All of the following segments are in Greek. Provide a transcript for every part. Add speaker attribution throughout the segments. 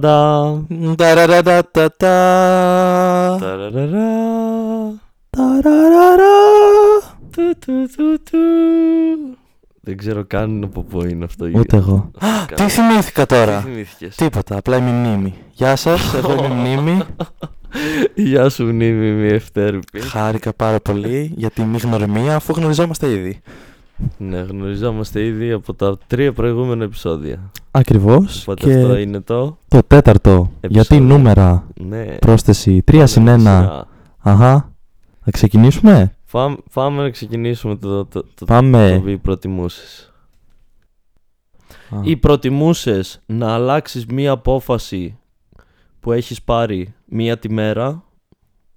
Speaker 1: Ταντά.
Speaker 2: Ταραραρατατά.
Speaker 1: Ταραραρα.
Speaker 2: Ταραραρα.
Speaker 1: Του, του, του, του. Δεν ξέρω καν από πού είναι αυτό.
Speaker 2: Ούτε εγώ.
Speaker 1: Καλά.
Speaker 2: Τι θυμήθηκα
Speaker 1: Τι
Speaker 2: τώρα.
Speaker 1: θυμήθηκες.
Speaker 2: Τίποτα, απλά είμαι η μνήμη. Γεια σας, εγώ είμαι η μνήμη.
Speaker 1: Γεια σου μνήμη μη ευτέρπη.
Speaker 2: Χάρηκα πάρα πολύ για τη μη γνωριμία, αφού γνωριζόμαστε ήδη.
Speaker 1: ναι, γνωριζόμαστε ήδη από τα τρία προηγούμενα επεισόδια.
Speaker 2: Ακριβώς.
Speaker 1: Οπότε αυτό είναι το.
Speaker 2: το τέταρτο.
Speaker 1: επεισόδιο.
Speaker 2: νούμερα.
Speaker 1: Ναι.
Speaker 2: Πρόσθεση 3 Αχα. Θα ξεκινήσουμε.
Speaker 1: Πάμε, πάμε να ξεκινήσουμε το, το, το, το
Speaker 2: Πάμε.
Speaker 1: οποίο προτιμούσες.
Speaker 2: Α.
Speaker 1: Ή προτιμούσες να αλλάξεις μία απόφαση που έχεις πάρει μία τη μέρα.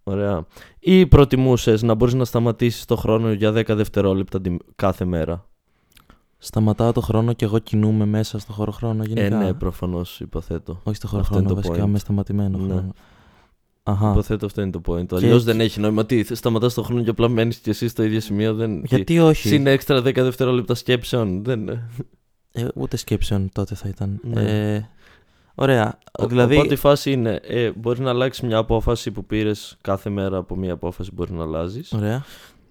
Speaker 1: Ωραία. Ή προτιμούσες να μπορείς να σταματήσεις το χρόνο για 10 δευτερόλεπτα τη- κάθε μέρα.
Speaker 2: Σταματάω το χρόνο και εγώ κινούμαι μέσα στο χώρο χρόνο γενικά.
Speaker 1: Ε, ναι, προφανώς υποθέτω.
Speaker 2: Όχι στο χώρο
Speaker 1: Αυτό είναι
Speaker 2: χρόνο,
Speaker 1: το
Speaker 2: βασικά
Speaker 1: point.
Speaker 2: με σταματημένο
Speaker 1: Ναι.
Speaker 2: χρόνο. Αχα.
Speaker 1: Υποθέτω αυτό είναι το point. Αλλιώ
Speaker 2: Και-
Speaker 1: δεν έχει νόημα. Τι, σταματάς το χρόνο και απλά μένεις κι εσύ στο ίδιο σημείο. Δεν...
Speaker 2: Γιατί όχι.
Speaker 1: Συν έξτρα 10 δευτερόλεπτα σκέψεων. Δεν...
Speaker 2: Ε, ούτε σκέψεων τότε θα ήταν.
Speaker 1: Ναι.
Speaker 2: Ε, ωραία.
Speaker 1: Ο-
Speaker 2: δηλαδή,
Speaker 1: Οπότε η φάση είναι, ε, μπορεί να αλλάξει μια απόφαση που πήρες κάθε μέρα από μια απόφαση μπορεί να αλλάζεις.
Speaker 2: Ωραία.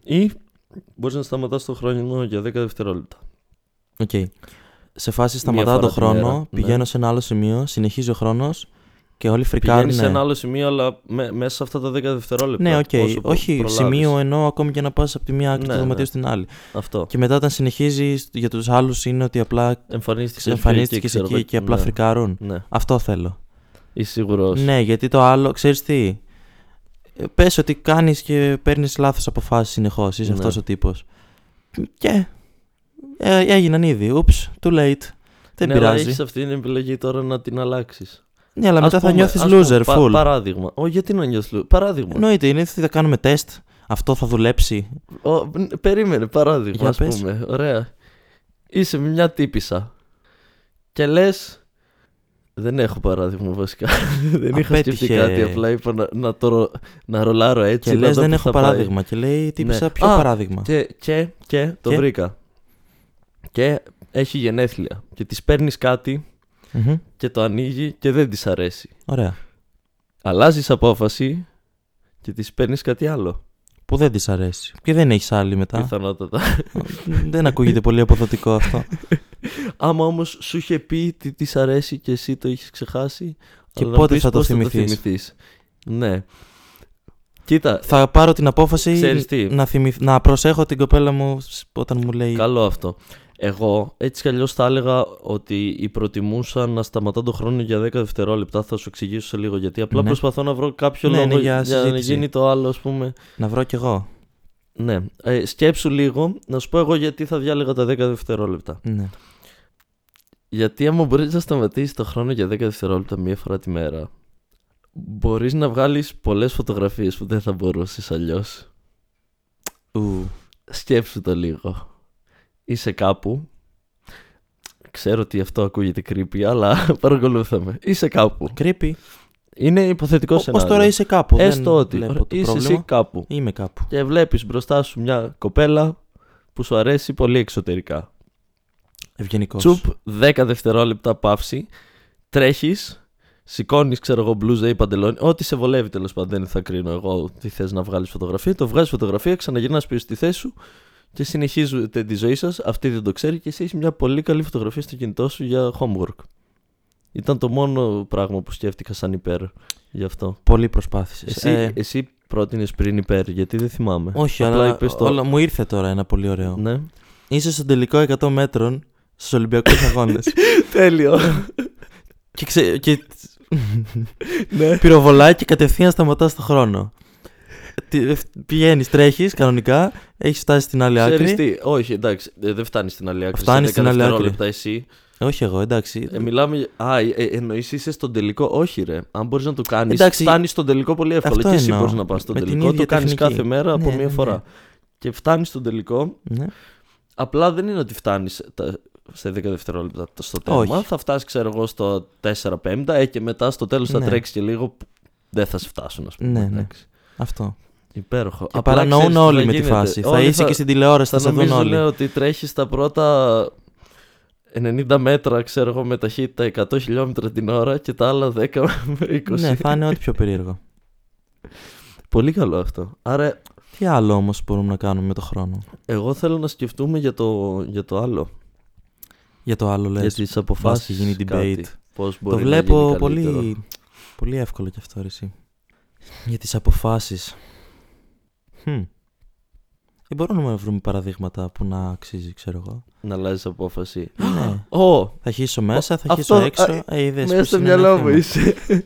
Speaker 1: Ή μπορεί να σταματάς το χρόνο για 10 δευτερόλεπτα.
Speaker 2: Οκ. Σε φάση σταματάω
Speaker 1: φορά
Speaker 2: το
Speaker 1: τη
Speaker 2: χρόνο,
Speaker 1: μέρα, ναι.
Speaker 2: πηγαίνω σε ένα άλλο σημείο, συνεχίζει ο χρόνος και όλοι φρικάρουν.
Speaker 1: Πηγαίνεις σε ένα άλλο σημείο, αλλά με, μέσα σε αυτά τα 10 δευτερόλεπτα.
Speaker 2: Ναι, οκ.
Speaker 1: όσο προ-
Speaker 2: Όχι,
Speaker 1: προλάβεις.
Speaker 2: σημείο εννοώ ακόμη και να πας από τη μία άκρη
Speaker 1: Ναι,
Speaker 2: του δωματίου
Speaker 1: ναι.
Speaker 2: στην άλλη.
Speaker 1: Αυτό.
Speaker 2: Και μετά όταν συνεχίζεις για τους άλλους είναι ότι απλά
Speaker 1: Εμφανίστηκες
Speaker 2: εμφανίστηκε εκεί, και, απλά
Speaker 1: ναι.
Speaker 2: φρικάρουν.
Speaker 1: Ναι,
Speaker 2: Αυτό θέλω.
Speaker 1: είσαι σίγουρος.
Speaker 2: Ναι, γιατί το άλλο, ξέρεις τι. Πες ότι κάνεις και παίρνεις λάθος αποφάσεις συνεχώς. Είσαι
Speaker 1: Ναι.
Speaker 2: αυτός ο τύπος. Και. ε, έγιναν ήδη. Ούψ, too late. Δεν πειράζει.
Speaker 1: Έχεις Ναι, αυτή την επιλογή τώρα να την αλλάξεις.
Speaker 2: Ναι, αλλά μετά θα νιώθει loser, full.
Speaker 1: παράδειγμα. Ω, γιατί να νιώθεις loser. Παράδειγμα.
Speaker 2: Εννοείται, είναι ότι θα κάνουμε τεστ. Αυτό θα δουλέψει.
Speaker 1: Ο, ν- περίμενε, παράδειγμα,
Speaker 2: Για
Speaker 1: ας
Speaker 2: πες.
Speaker 1: πούμε. Ωραία. Είσαι μια τύπησα. Και λες... Δεν έχω παράδειγμα βασικά. δεν είχα σκεφτεί
Speaker 2: Απέτυχε.
Speaker 1: κάτι. Απλά είπα να, να, το, ρο- να ρολάρω έτσι.
Speaker 2: Και
Speaker 1: να
Speaker 2: λε,
Speaker 1: δω
Speaker 2: δεν
Speaker 1: πού
Speaker 2: έχω
Speaker 1: θα πάει».
Speaker 2: παράδειγμα. Και λέει, τύπησα
Speaker 1: Ναι.
Speaker 2: ποιο
Speaker 1: Α,
Speaker 2: παράδειγμα.
Speaker 1: Και, και, και, το
Speaker 2: Και?
Speaker 1: βρήκα. Και έχει γενέθλια. Και της παίρνεις κάτι
Speaker 2: Μμμ.
Speaker 1: και το ανοίγει και δεν της αρέσει.
Speaker 2: Ωραία.
Speaker 1: Αλλάζεις απόφαση και της παίρνεις κάτι άλλο.
Speaker 2: Που δεν της αρέσει. Και δεν έχεις άλλη μετά.
Speaker 1: Πιθανότατα.
Speaker 2: δεν ακούγεται πολύ αποδοτικό αυτό.
Speaker 1: Άμα όμως σου είχε πει τι της αρέσει και εσύ το είχες ξεχάσει.
Speaker 2: Και
Speaker 1: αλλά να
Speaker 2: πότε
Speaker 1: πεις
Speaker 2: θα το
Speaker 1: πώς
Speaker 2: θυμηθείς.
Speaker 1: θυμηθείς. Ναι. Κοίτα,
Speaker 2: θα πάρω την απόφαση
Speaker 1: Ξέρεις τι.
Speaker 2: Να, θυμηθ- να προσέχω την κοπέλα μου σ- όταν μου λέει.
Speaker 1: καλό αυτό. Εγώ έτσι κι αλλιώς θα έλεγα ότι η προτιμούσα να σταματά τον χρόνο για 10 δευτερόλεπτα. Θα σου εξηγήσω σε λίγο γιατί. Απλά
Speaker 2: Ναι.
Speaker 1: προσπαθώ να βρω κάποιο
Speaker 2: Ναι,
Speaker 1: λόγο
Speaker 2: ναι, για
Speaker 1: να
Speaker 2: συζήτηση.
Speaker 1: γίνει το άλλο, ας πούμε.
Speaker 2: Να βρω κι εγώ.
Speaker 1: Ναι. Ε, σκέψου λίγο να σου πω εγώ γιατί θα διάλεγα τα 10 δευτερόλεπτα.
Speaker 2: Ναι.
Speaker 1: Γιατί άμα μπορείς να σταματήσεις το χρόνο για 10 δευτερόλεπτα μία φορά τη μέρα, μπορείς να βγάλεις πολλές φωτογραφίες που δεν θα μπορούσες αλλιώς.
Speaker 2: Ου.
Speaker 1: Σκέψου το λίγο. Είσαι κάπου. Ξέρω ότι αυτό ακούγεται creepy, αλλά παρακολούθαμε. Είσαι κάπου.
Speaker 2: Creepy.
Speaker 1: Είναι υποθετικό
Speaker 2: Ω
Speaker 1: σενάριο.
Speaker 2: τώρα είσαι κάπου.
Speaker 1: Έστω
Speaker 2: δεν
Speaker 1: ότι
Speaker 2: βλέπω
Speaker 1: ωραία,
Speaker 2: το
Speaker 1: είσαι
Speaker 2: πρόβλημα.
Speaker 1: εσύ κάπου
Speaker 2: Είμαι κάπου.
Speaker 1: και βλέπεις μπροστά σου μια κοπέλα που σου αρέσει πολύ εξωτερικά.
Speaker 2: Ευγενικός.
Speaker 1: Τσουπ, 10 δευτερόλεπτα παύση. Τρέχεις, σηκώνεις, ξέρω εγώ, μπλούζα ή παντελόνι. Ό,τι σε βολεύει τέλος πάντων. Δεν θα κρίνω εγώ τι θες να βγάλεις φωτογραφία. Το βγάζεις φωτογραφία, ξαναγυρνάς πίσω στη θέση σου και συνεχίζετε τη ζωή σας. Αυτή δεν το ξέρει και εσύ έχεις μια πολύ καλή φωτογραφία στο κινητό σου για homework. Ήταν το μόνο πράγμα που σκέφτηκα σαν υπέρ γι' αυτό.
Speaker 2: Πολύ προσπάθησες.
Speaker 1: Εσύ, εσύ πρότεινες πριν υπέρ, γιατί δεν θυμάμαι.
Speaker 2: όχι,
Speaker 1: ε. Απλά
Speaker 2: αλλά
Speaker 1: είπες το-
Speaker 2: όλα, μου ήρθε τώρα ένα πολύ ωραίο.
Speaker 1: Ναι.
Speaker 2: Είσαι στον τελικό 100 μέτρων στους Ολυμπιακούς Αγώνες.
Speaker 1: Τέλειο.
Speaker 2: και, ξε... και
Speaker 1: ναι.
Speaker 2: πυροβολάει και κατευθείαν σταματάς το χρόνο. Πηγαίνεις, τρέχεις κανονικά, έχεις φτάσει στην άλλη
Speaker 1: Ξέρεις
Speaker 2: άκρη.
Speaker 1: τι, όχι, εντάξει, ε, δεν φτάνεις στην άλλη άκρη.
Speaker 2: Φτάνει
Speaker 1: σε 10
Speaker 2: στην άλλη άκρη.
Speaker 1: δευτερόλεπτα εσύ.
Speaker 2: Όχι εγώ, εντάξει.
Speaker 1: Ε, μιλάμε. για- Α, ε, εννοείς είσαι στον τελικό. Όχι, ρε. Αν μπορείς να το κάνεις,
Speaker 2: Εντάξει.
Speaker 1: φτάνεις στον τελικό πολύ εύκολα.
Speaker 2: Αυτό
Speaker 1: και εσύ
Speaker 2: εννοώ.
Speaker 1: μπορείς να πας στον
Speaker 2: Με την
Speaker 1: τελικό. Το
Speaker 2: ίδια
Speaker 1: κάνεις
Speaker 2: τεχνική.
Speaker 1: κάθε μέρα από
Speaker 2: Ναι,
Speaker 1: μία
Speaker 2: ναι, ναι.
Speaker 1: φορά. Και φτάνεις στον τελικό.
Speaker 2: Ναι.
Speaker 1: Απλά δεν είναι ότι φτάνεις σε 10 δευτερόλεπτα στο τέρμα.
Speaker 2: Όχι.
Speaker 1: Θα φτάσεις, ξέρω εγώ, στο 4-5 ε, και μετά στο τέλος θα
Speaker 2: Ναι.
Speaker 1: τρέξεις και λίγο. που Δεν θα σε φτάσουν, ας πούμε.
Speaker 2: Ναι, ναι.
Speaker 1: εντάξει.
Speaker 2: Αυτό.
Speaker 1: Υπέροχο.
Speaker 2: Και παρανοούν
Speaker 1: ξέρεις τι
Speaker 2: όλοι
Speaker 1: θα
Speaker 2: με τη
Speaker 1: γίνεται.
Speaker 2: φάση. Θα
Speaker 1: Όλοι
Speaker 2: είσαι και στην τηλεόραση, θα,
Speaker 1: θα
Speaker 2: σε δουν
Speaker 1: νομίζω
Speaker 2: όλοι.
Speaker 1: λέω ότι τρέχεις τα πρώτα 90 μέτρα, ξέρω εγώ, με ταχύτητα 100 χιλιόμετρα την ώρα και τα άλλα 10 με 20.
Speaker 2: Ναι, θα είναι ό,τι πιο περίεργο.
Speaker 1: Πολύ καλό αυτό. Άρα,
Speaker 2: Τι άλλο όμως μπορούμε να κάνουμε με το χρόνο.
Speaker 1: εγώ θέλω να σκεφτούμε για το, για το άλλο.
Speaker 2: Για το άλλο λες.
Speaker 1: για τις αποφάσεις.
Speaker 2: γίνει debate.
Speaker 1: Πώς μπορεί
Speaker 2: Το
Speaker 1: να
Speaker 2: βλέπω
Speaker 1: γίνει καλύτερο.
Speaker 2: πολύ, πολύ εύκολο κι αυτό, ρε, εσύ. Για τις αποφάσεις. Hm. Δεν μπορούμε να βρούμε παραδείγματα που να αξίζει, ξέρω εγώ.
Speaker 1: Να αλλάζεις απόφαση.
Speaker 2: ναι.
Speaker 1: Ω!
Speaker 2: Θα χύσω μέσα, θα
Speaker 1: Αυτό-
Speaker 2: χύσω έξω.
Speaker 1: α,
Speaker 2: Ε, είδες
Speaker 1: Μέσα
Speaker 2: πως
Speaker 1: στο
Speaker 2: είναι ένα
Speaker 1: μυαλό μου
Speaker 2: θέμα.
Speaker 1: είσαι.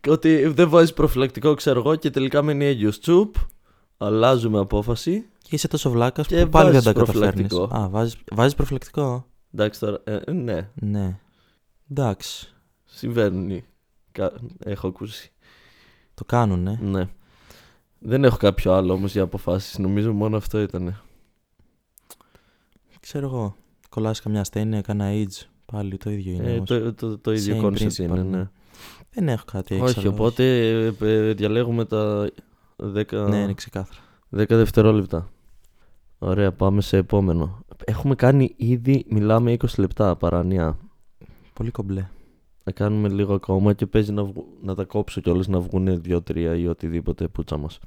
Speaker 1: Και Ότι δεν βάζεις προφυλακτικό, ξέρω εγώ, και τελικά μένει έγκυος. Τσουπ. Αλλάζουμε απόφαση.
Speaker 2: Και είσαι τόσο βλάκας
Speaker 1: Και
Speaker 2: που πάλι δεν
Speaker 1: βάζεις
Speaker 2: τα καταφέρνεις.
Speaker 1: προφυλακτικό.
Speaker 2: Α, βάζεις, βάζεις προφυλακτικό.
Speaker 1: Εντάξει τώρα. ε, ναι,
Speaker 2: Ναι. Εντάξει.
Speaker 1: συμβαίνουν. Κα- Έχω ακούσει.
Speaker 2: Το κάνουνε.
Speaker 1: Ναι. Δεν έχω κάποιο άλλο όμως για αποφάσεις. Νομίζω μόνο αυτό ήταν.
Speaker 2: Ξέρω εγώ. Κολλάς καμιά στένη, έκανα age. Πάλι το ίδιο είναι.
Speaker 1: Ε,
Speaker 2: όμως.
Speaker 1: το, το, το ίδιο
Speaker 2: Same
Speaker 1: κόνσεπτ
Speaker 2: principle,
Speaker 1: είναι, ναι.
Speaker 2: ναι. Δεν έχω κάτι έξω.
Speaker 1: Όχι, οπότε ε, ε, διαλέγουμε τα 10,
Speaker 2: Ναι, είναι ξεκάθαρα.
Speaker 1: 10 δευτερόλεπτα. Ωραία, πάμε σε επόμενο. Έχουμε κάνει ήδη, μιλάμε 20 λεπτά παράνοια.
Speaker 2: Πολύ κομπλέ.
Speaker 1: Να κάνουμε λίγο ακόμα και παίζει να, βγου- να τα κόψω κιόλας να βγουν 2-3 ή οτιδήποτε πούτσα μας.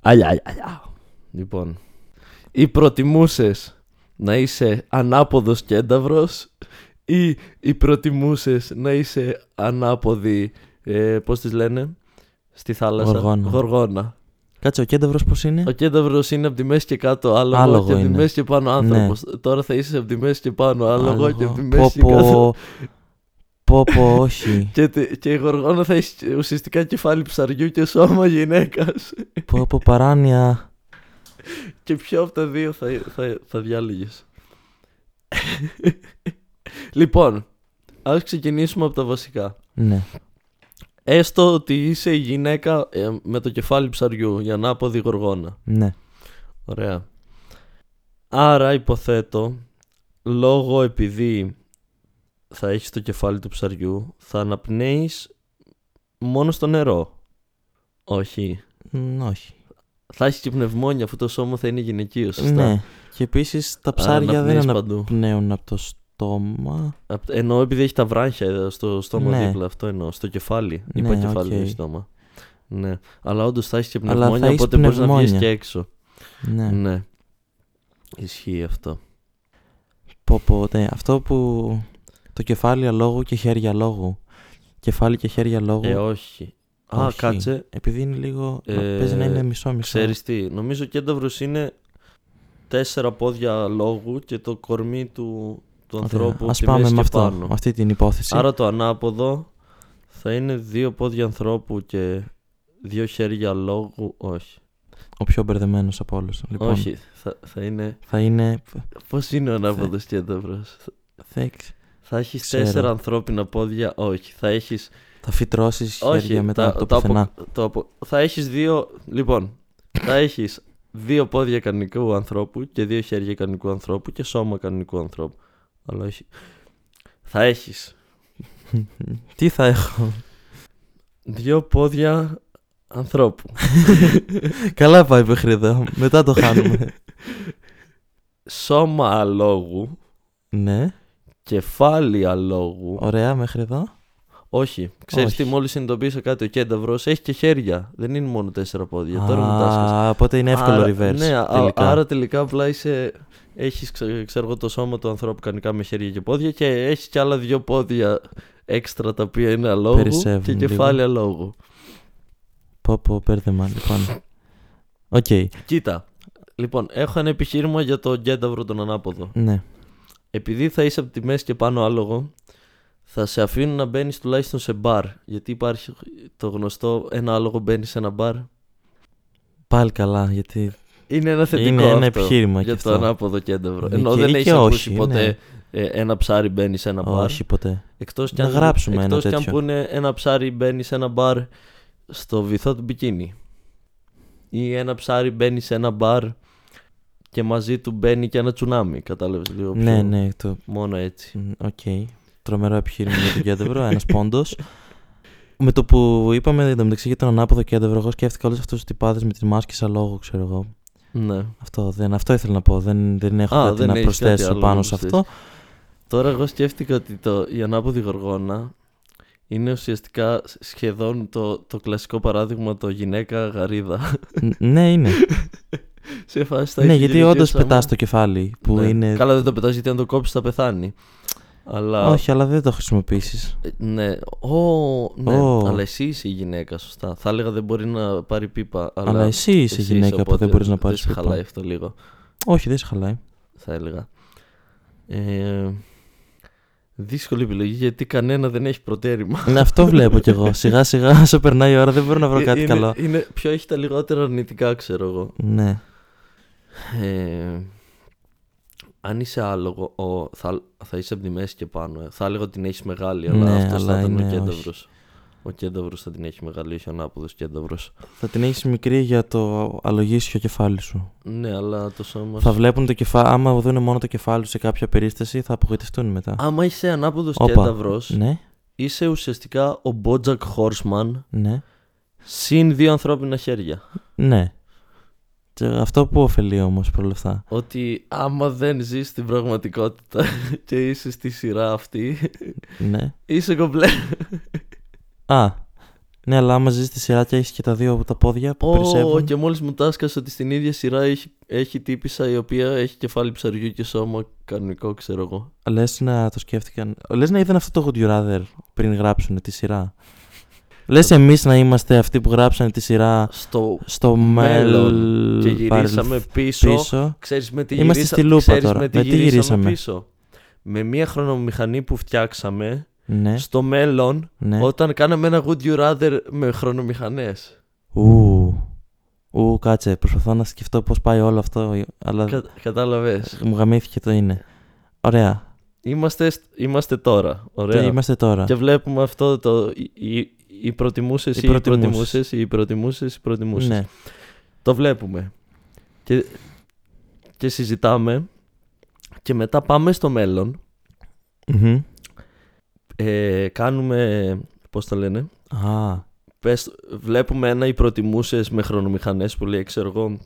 Speaker 1: Αλιά, αλιά, αλιά. Λοιπόν, ή προτιμούσες να είσαι ανάποδος κένταυρος ή, ή προτιμούσες να είσαι ανάποδη, ε, πώς τις λένε, στη θάλασσα.
Speaker 2: Γοργόνα.
Speaker 1: Γοργόνα.
Speaker 2: Κάτσε, ο κένταυρος πώς είναι.
Speaker 1: Ο κένταυρος είναι από τη μέση και κάτω άλογο,
Speaker 2: Άλογο
Speaker 1: και από τη
Speaker 2: είναι. Ναι.
Speaker 1: μέση και πάνω άνθρωπος. Τώρα θα είσαι από τη μέση και πάνω άλογο, και από τη μέση και κάτω
Speaker 2: Πόπο. Πόπο, όχι.
Speaker 1: Και, τε- και η γοργόνα θα έχει ουσιαστικά κεφάλι ψαριού και σώμα γυναίκας.
Speaker 2: Πόπο, παράνοια.
Speaker 1: Και ποιο από τα δύο θα, θα, θα διάλεγε. λοιπόν, ας ξεκινήσουμε από τα βασικά.
Speaker 2: Ναι.
Speaker 1: Έστω ότι είσαι η γυναίκα ε, με το κεφάλι ψαριού για να αποδει γοργόνα.
Speaker 2: Ναι.
Speaker 1: Ωραία. Άρα υποθέτω, λόγω επειδή θα έχεις το κεφάλι του ψαριού, θα αναπνέεις μόνο στο νερό. Όχι.
Speaker 2: Μ, Όχι.
Speaker 1: Θα έχεις και πνευμόνια αφού το σώμα θα είναι γυναικείο, σωστά.
Speaker 2: Ναι. Και επίσης τα ψάρια δεν
Speaker 1: Αναπνέεις
Speaker 2: αναπνέουν
Speaker 1: παντού.
Speaker 2: από το στόμα.
Speaker 1: Απ' Ενώ επειδή έχει τα βράχια στο στόμα
Speaker 2: Ναι.
Speaker 1: δίπλα, αυτό εννοώ. Στο κεφάλι.
Speaker 2: Ναι,
Speaker 1: Είπα κεφάλι,
Speaker 2: οκ.
Speaker 1: δεν στόμα. Ναι. Αλλά όντως θα έχεις και
Speaker 2: Αλλά θα
Speaker 1: πνευμόνια,
Speaker 2: έχεις
Speaker 1: οπότε μπορείς να βγεις
Speaker 2: πνευμόνια.
Speaker 1: και έξω.
Speaker 2: Ναι.
Speaker 1: Ναι. Ισχύει αυτό.
Speaker 2: Πόπο, ναι. Αυτό που. Το κεφάλι αλόγου και χέρια λόγου. Κεφάλι και χέρια λόγου.
Speaker 1: Ε, όχι. Α,
Speaker 2: όχι.
Speaker 1: κάτσε.
Speaker 2: Επειδή είναι λίγο. να-
Speaker 1: Ε,
Speaker 2: Παίζει να είναι μισό-μισό.
Speaker 1: Ξέρεις τι. Νομίζω ο κένταυρο είναι τέσσερα πόδια λόγου και το κορμί του, του ανθρώπου.
Speaker 2: Ας
Speaker 1: τη
Speaker 2: πάμε
Speaker 1: μέση
Speaker 2: με
Speaker 1: και
Speaker 2: αυτό.
Speaker 1: πάνω.
Speaker 2: Με αυτή την υπόθεση.
Speaker 1: Άρα το ανάποδο θα είναι δύο πόδια ανθρώπου και δύο χέρια λόγου. Όχι.
Speaker 2: Ο πιο μπερδεμένος από όλους. Λοιπόν,
Speaker 1: Όχι. Θα, θα είναι.
Speaker 2: θα είναι.
Speaker 1: Πώς είναι ο ανάποδος κέντρο.
Speaker 2: Θα,
Speaker 1: Θα έχεις
Speaker 2: Ξέρω.
Speaker 1: τέσσερα ανθρώπινα πόδια. Όχι. Θα έχεις.
Speaker 2: θα φυτρώσεις χέρια μετά από το πουθενά.
Speaker 1: Θα έχεις δύο. Λοιπόν. Θα έχεις δύο πόδια κανονικού ανθρώπου και δύο χέρια κανονικού ανθρώπου και σώμα κανονικού ανθρώπου. Αλλά όχι. Θα έχεις
Speaker 2: Τι θα έχω.
Speaker 1: δύο πόδια ανθρώπου.
Speaker 2: Καλά πάει μέχρι εδώ. Μετά το χάνουμε.
Speaker 1: Σώμα αλόγου.
Speaker 2: ναι.
Speaker 1: Κεφάλι αλόγου.
Speaker 2: Ωραία, μέχρι εδώ.
Speaker 1: Όχι. Ξέρεις
Speaker 2: Όχι.
Speaker 1: τι, μόλις συνειδητοποίησα κάτι, ο κένταυρο έχει και χέρια. Δεν είναι μόνο τέσσερα πόδια. Τώρα μου τα έσκασα.
Speaker 2: Α, οπότε είναι εύκολο
Speaker 1: Άρα-
Speaker 2: reverse.
Speaker 1: Ναι, α-
Speaker 2: τελικά.
Speaker 1: άρα τελικά απλά είσαι. Έχεις, ξέρω εγώ, το σώμα του ανθρώπου κανονικά με χέρια και πόδια και έχεις και άλλα δύο πόδια έξτρα τα οποία είναι αλόγου
Speaker 2: Περισσεύουν
Speaker 1: και
Speaker 2: λίγο.
Speaker 1: κεφάλι αλόγου.
Speaker 2: Πω, πω, μπέρδεμα, λοιπόν. Οκ,
Speaker 1: Κοίτα. Λοιπόν, έχω ένα επιχείρημα για τον κένταυρο τον ανάποδο.
Speaker 2: ναι.
Speaker 1: Επειδή θα είσαι από τη μέση και πάνω άλογο, θα σε αφήνουν να μπαίνεις τουλάχιστον σε μπαρ. Γιατί υπάρχει το γνωστό ένα άλογο μπαίνει σε ένα μπαρ.
Speaker 2: Πάλι καλά, γιατί.
Speaker 1: Είναι ένα θετικό
Speaker 2: Είναι ένα
Speaker 1: αυτό
Speaker 2: επιχείρημα
Speaker 1: για
Speaker 2: κι
Speaker 1: το
Speaker 2: αυτό.
Speaker 1: ανάποδο κέντρο.
Speaker 2: Δικαίη
Speaker 1: Ενώ δεν
Speaker 2: και
Speaker 1: έχει
Speaker 2: όχι,
Speaker 1: ακούσει ποτέ
Speaker 2: ναι.
Speaker 1: ε, ένα ψάρι μπαίνει σε ένα μπαρ.
Speaker 2: Όχι ποτέ.
Speaker 1: Εκτός κι
Speaker 2: Να
Speaker 1: αν,
Speaker 2: γράψουμε ένα
Speaker 1: εκτός κι αν
Speaker 2: τέτοιο.
Speaker 1: πούνε ένα ψάρι μπαίνει σε ένα μπαρ στο βυθό του μπικίνι. Ή ένα ψάρι μπαίνει σε ένα μπαρ και μαζί του μπαίνει και ένα τσουνάμι. Κατάλαβες λίγο πιο-
Speaker 2: Ναι, ναι, το.
Speaker 1: Μόνο έτσι.
Speaker 2: μ, Οκ. Τρομερό επιχείρημα για τον κέντευρο, ένας πόντος. Με το που είπαμε εν τω μεταξύ για τον ανάποδο κέντευρο, εγώ σκέφτηκα όλου αυτού του τυπάδες με τι μάσκε αλόγου, ξέρω εγώ.
Speaker 1: Ναι.
Speaker 2: Αυτό, δεν, αυτό ήθελα να πω. Δεν, δεν έχω
Speaker 1: Α,
Speaker 2: κάτι
Speaker 1: δεν
Speaker 2: να
Speaker 1: έχεις κάτι
Speaker 2: προσθέσω
Speaker 1: άλλο να
Speaker 2: πάνω σε
Speaker 1: προσθέσεις.
Speaker 2: αυτό.
Speaker 1: Τώρα εγώ σκέφτηκα ότι το, η ανάποδη γοργόνα είναι ουσιαστικά σχεδόν το, το κλασικό παράδειγμα το γυναίκα γαρίδα.
Speaker 2: Ν- ναι, είναι.
Speaker 1: Σε φάση θα
Speaker 2: ναι,
Speaker 1: έχει
Speaker 2: γιατί
Speaker 1: γυριστεί
Speaker 2: όντω
Speaker 1: σαν-
Speaker 2: πετά το κεφάλι που
Speaker 1: Ναι.
Speaker 2: είναι.
Speaker 1: Καλά, δεν το πετάς γιατί αν το κόψεις θα πεθάνει. Αλλά.
Speaker 2: Όχι, αλλά δεν το χρησιμοποιήσεις.
Speaker 1: Ε, Ναι, Ω, ναι.
Speaker 2: Ω.
Speaker 1: αλλά εσύ είσαι η γυναίκα, σωστά. Θα έλεγα δεν μπορεί να πάρει πίπα. Αλλά,
Speaker 2: Αλλά, εσύ είσαι γυναίκα, οπότε δεν μπορείς να πάρει.
Speaker 1: Δεν σε χαλάει αυτό λίγο.
Speaker 2: Όχι, δεν σε χαλάει.
Speaker 1: θα έλεγα. Ε, δύσκολη επιλογή γιατί κανένα δεν έχει προτέρημα.
Speaker 2: Ναι, αυτό βλέπω κι εγώ. Σιγά σιγά όσο περνάει η ώρα δεν μπορώ να βρω
Speaker 1: Ε,
Speaker 2: κάτι
Speaker 1: είναι,
Speaker 2: καλό.
Speaker 1: Είναι ποιο έχει τα λιγότερα αρνητικά, ξέρω εγώ.
Speaker 2: Ναι.
Speaker 1: Ε, αν είσαι άλογο, ο, θα, θα είσαι από τη μέση και πάνω. ε. Θα έλεγα ότι την έχεις μεγάλη, αλλά
Speaker 2: Ναι,
Speaker 1: αυτός θα
Speaker 2: αλλά
Speaker 1: ήταν ο
Speaker 2: είναι
Speaker 1: κένταυρος. Ο κένταυρος θα την έχει μεγάλη, όχι ο ανάποδος κένταυρος.
Speaker 2: Θα την έχεις μικρή για το αλογίσιο κεφάλι σου.
Speaker 1: Ναι, αλλά το σώμα.
Speaker 2: Θα
Speaker 1: σου-
Speaker 2: βλέπουν το κεφάλι. Άμα δουν μόνο το κεφάλι σου σε κάποια περίσταση, θα απογοητευτούν μετά.
Speaker 1: Άμα είσαι ανάποδος
Speaker 2: Όπα.
Speaker 1: κένταυρος,
Speaker 2: Ναι,
Speaker 1: είσαι ουσιαστικά ο Μπότζακ Χόρσμαν
Speaker 2: ναι,
Speaker 1: συν δύο ανθρώπινα χέρια.
Speaker 2: ναι. Και Αυτό που ωφελεί όμως όλα αυτά.
Speaker 1: ότι άμα δεν ζεις στην πραγματικότητα και είσαι στη σειρά αυτή,
Speaker 2: Ναι.
Speaker 1: είσαι κομπλέ.
Speaker 2: Α. Ναι, αλλά άμα ζεις τη σειρά και έχεις και τα δύο από τα πόδια που
Speaker 1: Ω,
Speaker 2: περισσεύουν.
Speaker 1: και μόλις μου τάσκασε ότι στην ίδια σειρά έχει, έχει τύπησα η οποία έχει κεφάλι ψαριού και σώμα κανονικό, ξέρω εγώ.
Speaker 2: Λες να το σκέφτηκαν. Λες να είδαν αυτό το Would You Rather πριν γράψουν τη σειρά. Λες εμείς να είμαστε αυτοί που γράψανε τη σειρά
Speaker 1: Στο
Speaker 2: στο
Speaker 1: μέλλον
Speaker 2: μέλλον.
Speaker 1: και γυρίσαμε πίσω.
Speaker 2: πίσω.
Speaker 1: Ξέρεις με τι
Speaker 2: Είμαστε
Speaker 1: γυρίσα-
Speaker 2: στη λούπα
Speaker 1: ξέρεις
Speaker 2: τώρα.
Speaker 1: Με τι
Speaker 2: Με τι
Speaker 1: γυρίσαμε,
Speaker 2: γυρίσαμε?
Speaker 1: πίσω. Με μία χρονομηχανή που φτιάξαμε
Speaker 2: Ναι,
Speaker 1: στο μέλλον
Speaker 2: ναι.
Speaker 1: όταν κάναμε ένα Would You Rather με χρονομηχανές.
Speaker 2: Ου. Ου, κάτσε. Προσπαθώ να σκεφτώ πώς πάει όλο αυτό, αλλά
Speaker 1: Κα, κατάλαβες.
Speaker 2: μου γαμήθηκε το είναι. Ωραία.
Speaker 1: Είμαστε, σ- είμαστε τώρα. Ωραία.
Speaker 2: Τι είμαστε τώρα.
Speaker 1: Και βλέπουμε αυτό το. Οι, οι, οι προτιμούσες ή
Speaker 2: Οι
Speaker 1: οι
Speaker 2: προτιμούσες.
Speaker 1: προτιμούσες ή οι προτιμούσες ή προτιμούσες.
Speaker 2: Ναι.
Speaker 1: Το βλέπουμε. Και, και συζητάμε. Και μετά πάμε στο μέλλον.
Speaker 2: Μμμ.
Speaker 1: Ε, κάνουμε. Πώς το λένε.
Speaker 2: Α,
Speaker 1: Πες, βλέπουμε ένα οι προτιμούσες με χρονομηχανές που λέει, ξέρω εγώ.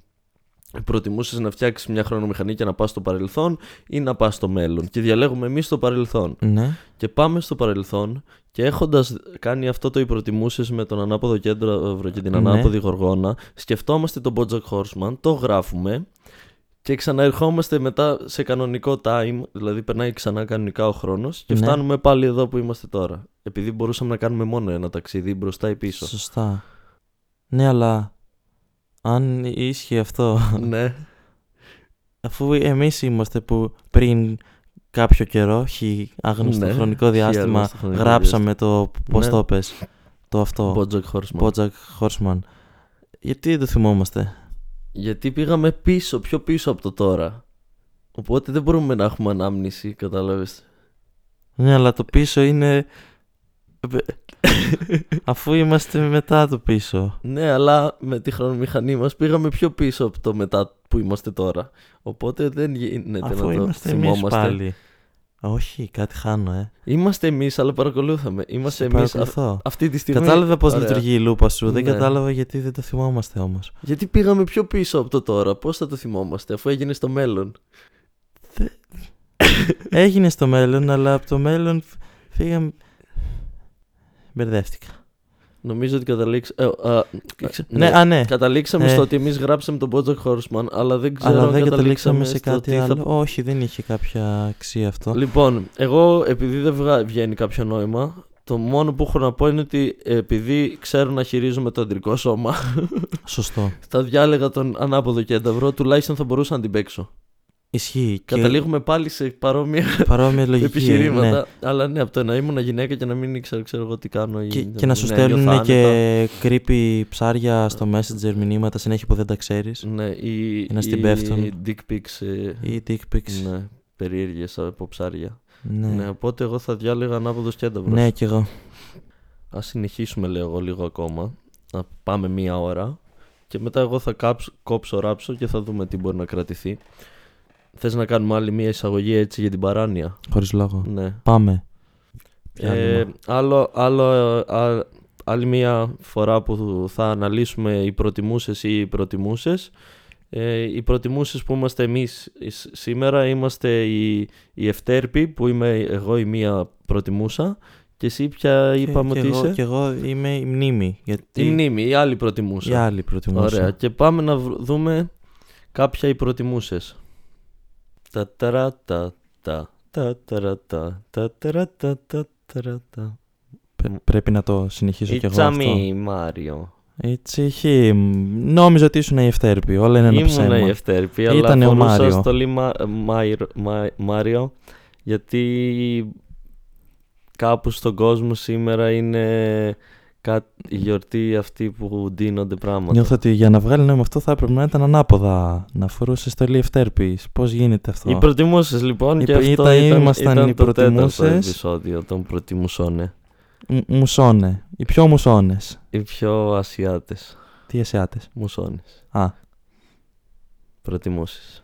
Speaker 1: Προτιμούσε να φτιάξεις μια χρονομηχανή και να πας στο παρελθόν ή να πας στο μέλλον. Και διαλέγουμε εμείς το παρελθόν.
Speaker 2: ναι.
Speaker 1: Και πάμε στο παρελθόν και έχοντας κάνει αυτό το υπροτιμούσε με τον ανάποδο κέντρο ε, και την
Speaker 2: Ναι.
Speaker 1: ανάποδη γοργόνα, σκεφτόμαστε τον Bojack Horseman, το γράφουμε και ξαναερχόμαστε μετά σε κανονικό time, δηλαδή περνάει ξανά κανονικά ο χρόνος και
Speaker 2: Ναι.
Speaker 1: φτάνουμε πάλι εδώ που είμαστε τώρα. Επειδή μπορούσαμε να κάνουμε μόνο ένα ταξίδι μπροστά ή πίσω.
Speaker 2: Σωστά. Ναι, αλλά αν ίσχυε αυτό,
Speaker 1: ναι.
Speaker 2: αφού εμείς είμαστε που πριν κάποιο καιρό, χ, άγνωστο
Speaker 1: Ναι,
Speaker 2: χρονικό
Speaker 1: χι
Speaker 2: διάστημα,
Speaker 1: άγνωστο χρονικό
Speaker 2: γράψαμε το, πώς
Speaker 1: Ναι.
Speaker 2: το πες, το αυτό,
Speaker 1: Bojack Horseman.
Speaker 2: Bojack Horseman. Γιατί δεν το θυμόμαστε.
Speaker 1: Γιατί πήγαμε πίσω, πιο πίσω από το τώρα. Οπότε δεν μπορούμε να έχουμε ανάμνηση, κατάλαβες.
Speaker 2: Ναι, αλλά το πίσω είναι... αφού είμαστε μετά το πίσω.
Speaker 1: Ναι, αλλά με τη χρονομηχανή μας πήγαμε πιο πίσω από το μετά που είμαστε τώρα. Οπότε δεν γίνεται
Speaker 2: αφού
Speaker 1: Ε, να το
Speaker 2: είμαστε εμείς
Speaker 1: θυμόμαστε.
Speaker 2: πάλι. Όχι, κάτι χάνω, ε.
Speaker 1: Είμαστε εμείς, αλλά παρακολούθαμε. Είμαστε
Speaker 2: Σε
Speaker 1: εμείς αυ-
Speaker 2: παρακολουθώ.
Speaker 1: αυτή τη στιγμή.
Speaker 2: Κατάλαβα πώς
Speaker 1: Ωραία.
Speaker 2: λειτουργεί η λούπα σου. Δεν
Speaker 1: Ναι.
Speaker 2: κατάλαβα γιατί δεν το θυμόμαστε όμως.
Speaker 1: Γιατί πήγαμε πιο πίσω από το τώρα. Πώς θα το θυμόμαστε, αφού έγινε στο μέλλον.
Speaker 2: Έγινε στο μέλλον, αλλά από το μέλλον φ- φύγαμε. Μπερδεύτηκα.
Speaker 1: Νομίζω ότι καταλήξαμε. Ε, α, ξε-
Speaker 2: Ναι, α, ναι.
Speaker 1: Καταλήξαμε
Speaker 2: Ε.
Speaker 1: στο ότι εμείς γράψαμε τον Bojack Horseman, αλλά δεν ξέρω
Speaker 2: Αλλά
Speaker 1: αν
Speaker 2: δεν
Speaker 1: καταλήξαμε
Speaker 2: καταλήξαμε
Speaker 1: στο
Speaker 2: σε
Speaker 1: τι
Speaker 2: κάτι
Speaker 1: θα
Speaker 2: άλλο. Όχι, δεν είχε κάποια αξία αυτό.
Speaker 1: Λοιπόν, εγώ επειδή δεν βγα- βγαίνει κάποιο νόημα, το μόνο που έχω να πω είναι ότι επειδή ξέρω να χειρίζομαι το αντρικό σώμα,
Speaker 2: Σωστό.
Speaker 1: θα διάλεγα τον ανάποδο κένταυρο, τουλάχιστον θα μπορούσα να την παίξω.
Speaker 2: Ισχύει. Και
Speaker 1: Καταλήγουμε πάλι σε παρόμοια
Speaker 2: παρόμοια λογική.
Speaker 1: επιχειρήματα.
Speaker 2: ναι.
Speaker 1: Αλλά ναι, από το να ήμουν γυναίκα και να μην ήξερα ξέρω εγώ τι κάνω. ή να
Speaker 2: Και, και να σου
Speaker 1: μην ένιωθα
Speaker 2: στέλνουν
Speaker 1: ναι, άνετα.
Speaker 2: και creepy ψάρια στο messenger μηνύματα συνέχεια που δεν τα ξέρεις.
Speaker 1: Ναι, ή,
Speaker 2: να στην
Speaker 1: ή
Speaker 2: πέφτουν.
Speaker 1: dick pics. ε,
Speaker 2: Ή dick pics.
Speaker 1: Ναι, περίεργες από ψάρια.
Speaker 2: Ναι.
Speaker 1: Ναι. οπότε εγώ θα διάλεγα ανάποδος κένταυρος.
Speaker 2: Ναι, κι εγώ.
Speaker 1: Ας συνεχίσουμε λέω εγώ λίγο ακόμα Να πάμε μία ώρα Και μετά εγώ θα κάψω, κόψω ράψω Και θα δούμε τι μπορεί να κρατηθεί Θες να κάνουμε άλλη μία εισαγωγή έτσι για την παράνοια
Speaker 2: Χωρίς λόγο.
Speaker 1: Ναι
Speaker 2: Πάμε.
Speaker 1: ε, άλλο, άλλο, ε, α- άλλη μία φορά που θα αναλύσουμε Οι προτιμούσες ή οι προτιμούσες Ε, οι προτιμούσες που είμαστε εμείς σ- σήμερα είμαστε η, η Ευτέρπη που είμαι εγώ η μία προτιμούσα και εσύ πια είπαμε
Speaker 2: και,
Speaker 1: ότι
Speaker 2: Ε, εγώ,
Speaker 1: είσαι
Speaker 2: και εγώ είμαι η μνήμη. Γιατί
Speaker 1: η μνήμη, η άλλη προτιμούσα.
Speaker 2: Η άλλη προτιμούσα.
Speaker 1: Ωραία και πάμε να βρ- δούμε κάποια οι προτιμούσες. Τα ταρα τα τα τα ταρα τα τα ταρα τα τα ταρα τα
Speaker 2: Πε- Πρέπει να το συνεχίσω κι
Speaker 1: It's
Speaker 2: εγώ
Speaker 1: a
Speaker 2: αυτό.
Speaker 1: me, Μάριο.
Speaker 2: It's him. Νόμιζα ότι ήσουν η ευτέρπη. Όλα είναι ένα
Speaker 1: Ήμουνα
Speaker 2: ψέμα.
Speaker 1: η Ευτέρπη, αλλά
Speaker 2: Ήτανε ο
Speaker 1: φορούσα
Speaker 2: Μάριο.
Speaker 1: στολή Μα- Μάιρο- Μα- Μάριο, γιατί κάπου στον κόσμο σήμερα είναι κά- η γιορτή αυτή που ντύνονται πράγματα.
Speaker 2: Νιώθω ότι για να βγάλει νόημα αυτό θα έπρεπε να ήταν ανάποδα. Να φορούσες στολή ευτέρπη. Πώς γίνεται αυτό.
Speaker 1: Οι προτιμούσες λοιπόν
Speaker 2: Οι
Speaker 1: και
Speaker 2: προ-
Speaker 1: αυτό
Speaker 2: ήταν-
Speaker 1: ήταν,
Speaker 2: ήμασταν
Speaker 1: ήταν
Speaker 2: οι
Speaker 1: το τέταρτο
Speaker 2: προτιμούσες.
Speaker 1: επεισόδιο των προτιμουσών. ε.
Speaker 2: Μ- Μουσώνε. Οι πιο μουσώνες.
Speaker 1: Οι πιο Ασιάτες
Speaker 2: Τι εσιάτε.
Speaker 1: μουσώνες
Speaker 2: Α,
Speaker 1: προτιμούσες.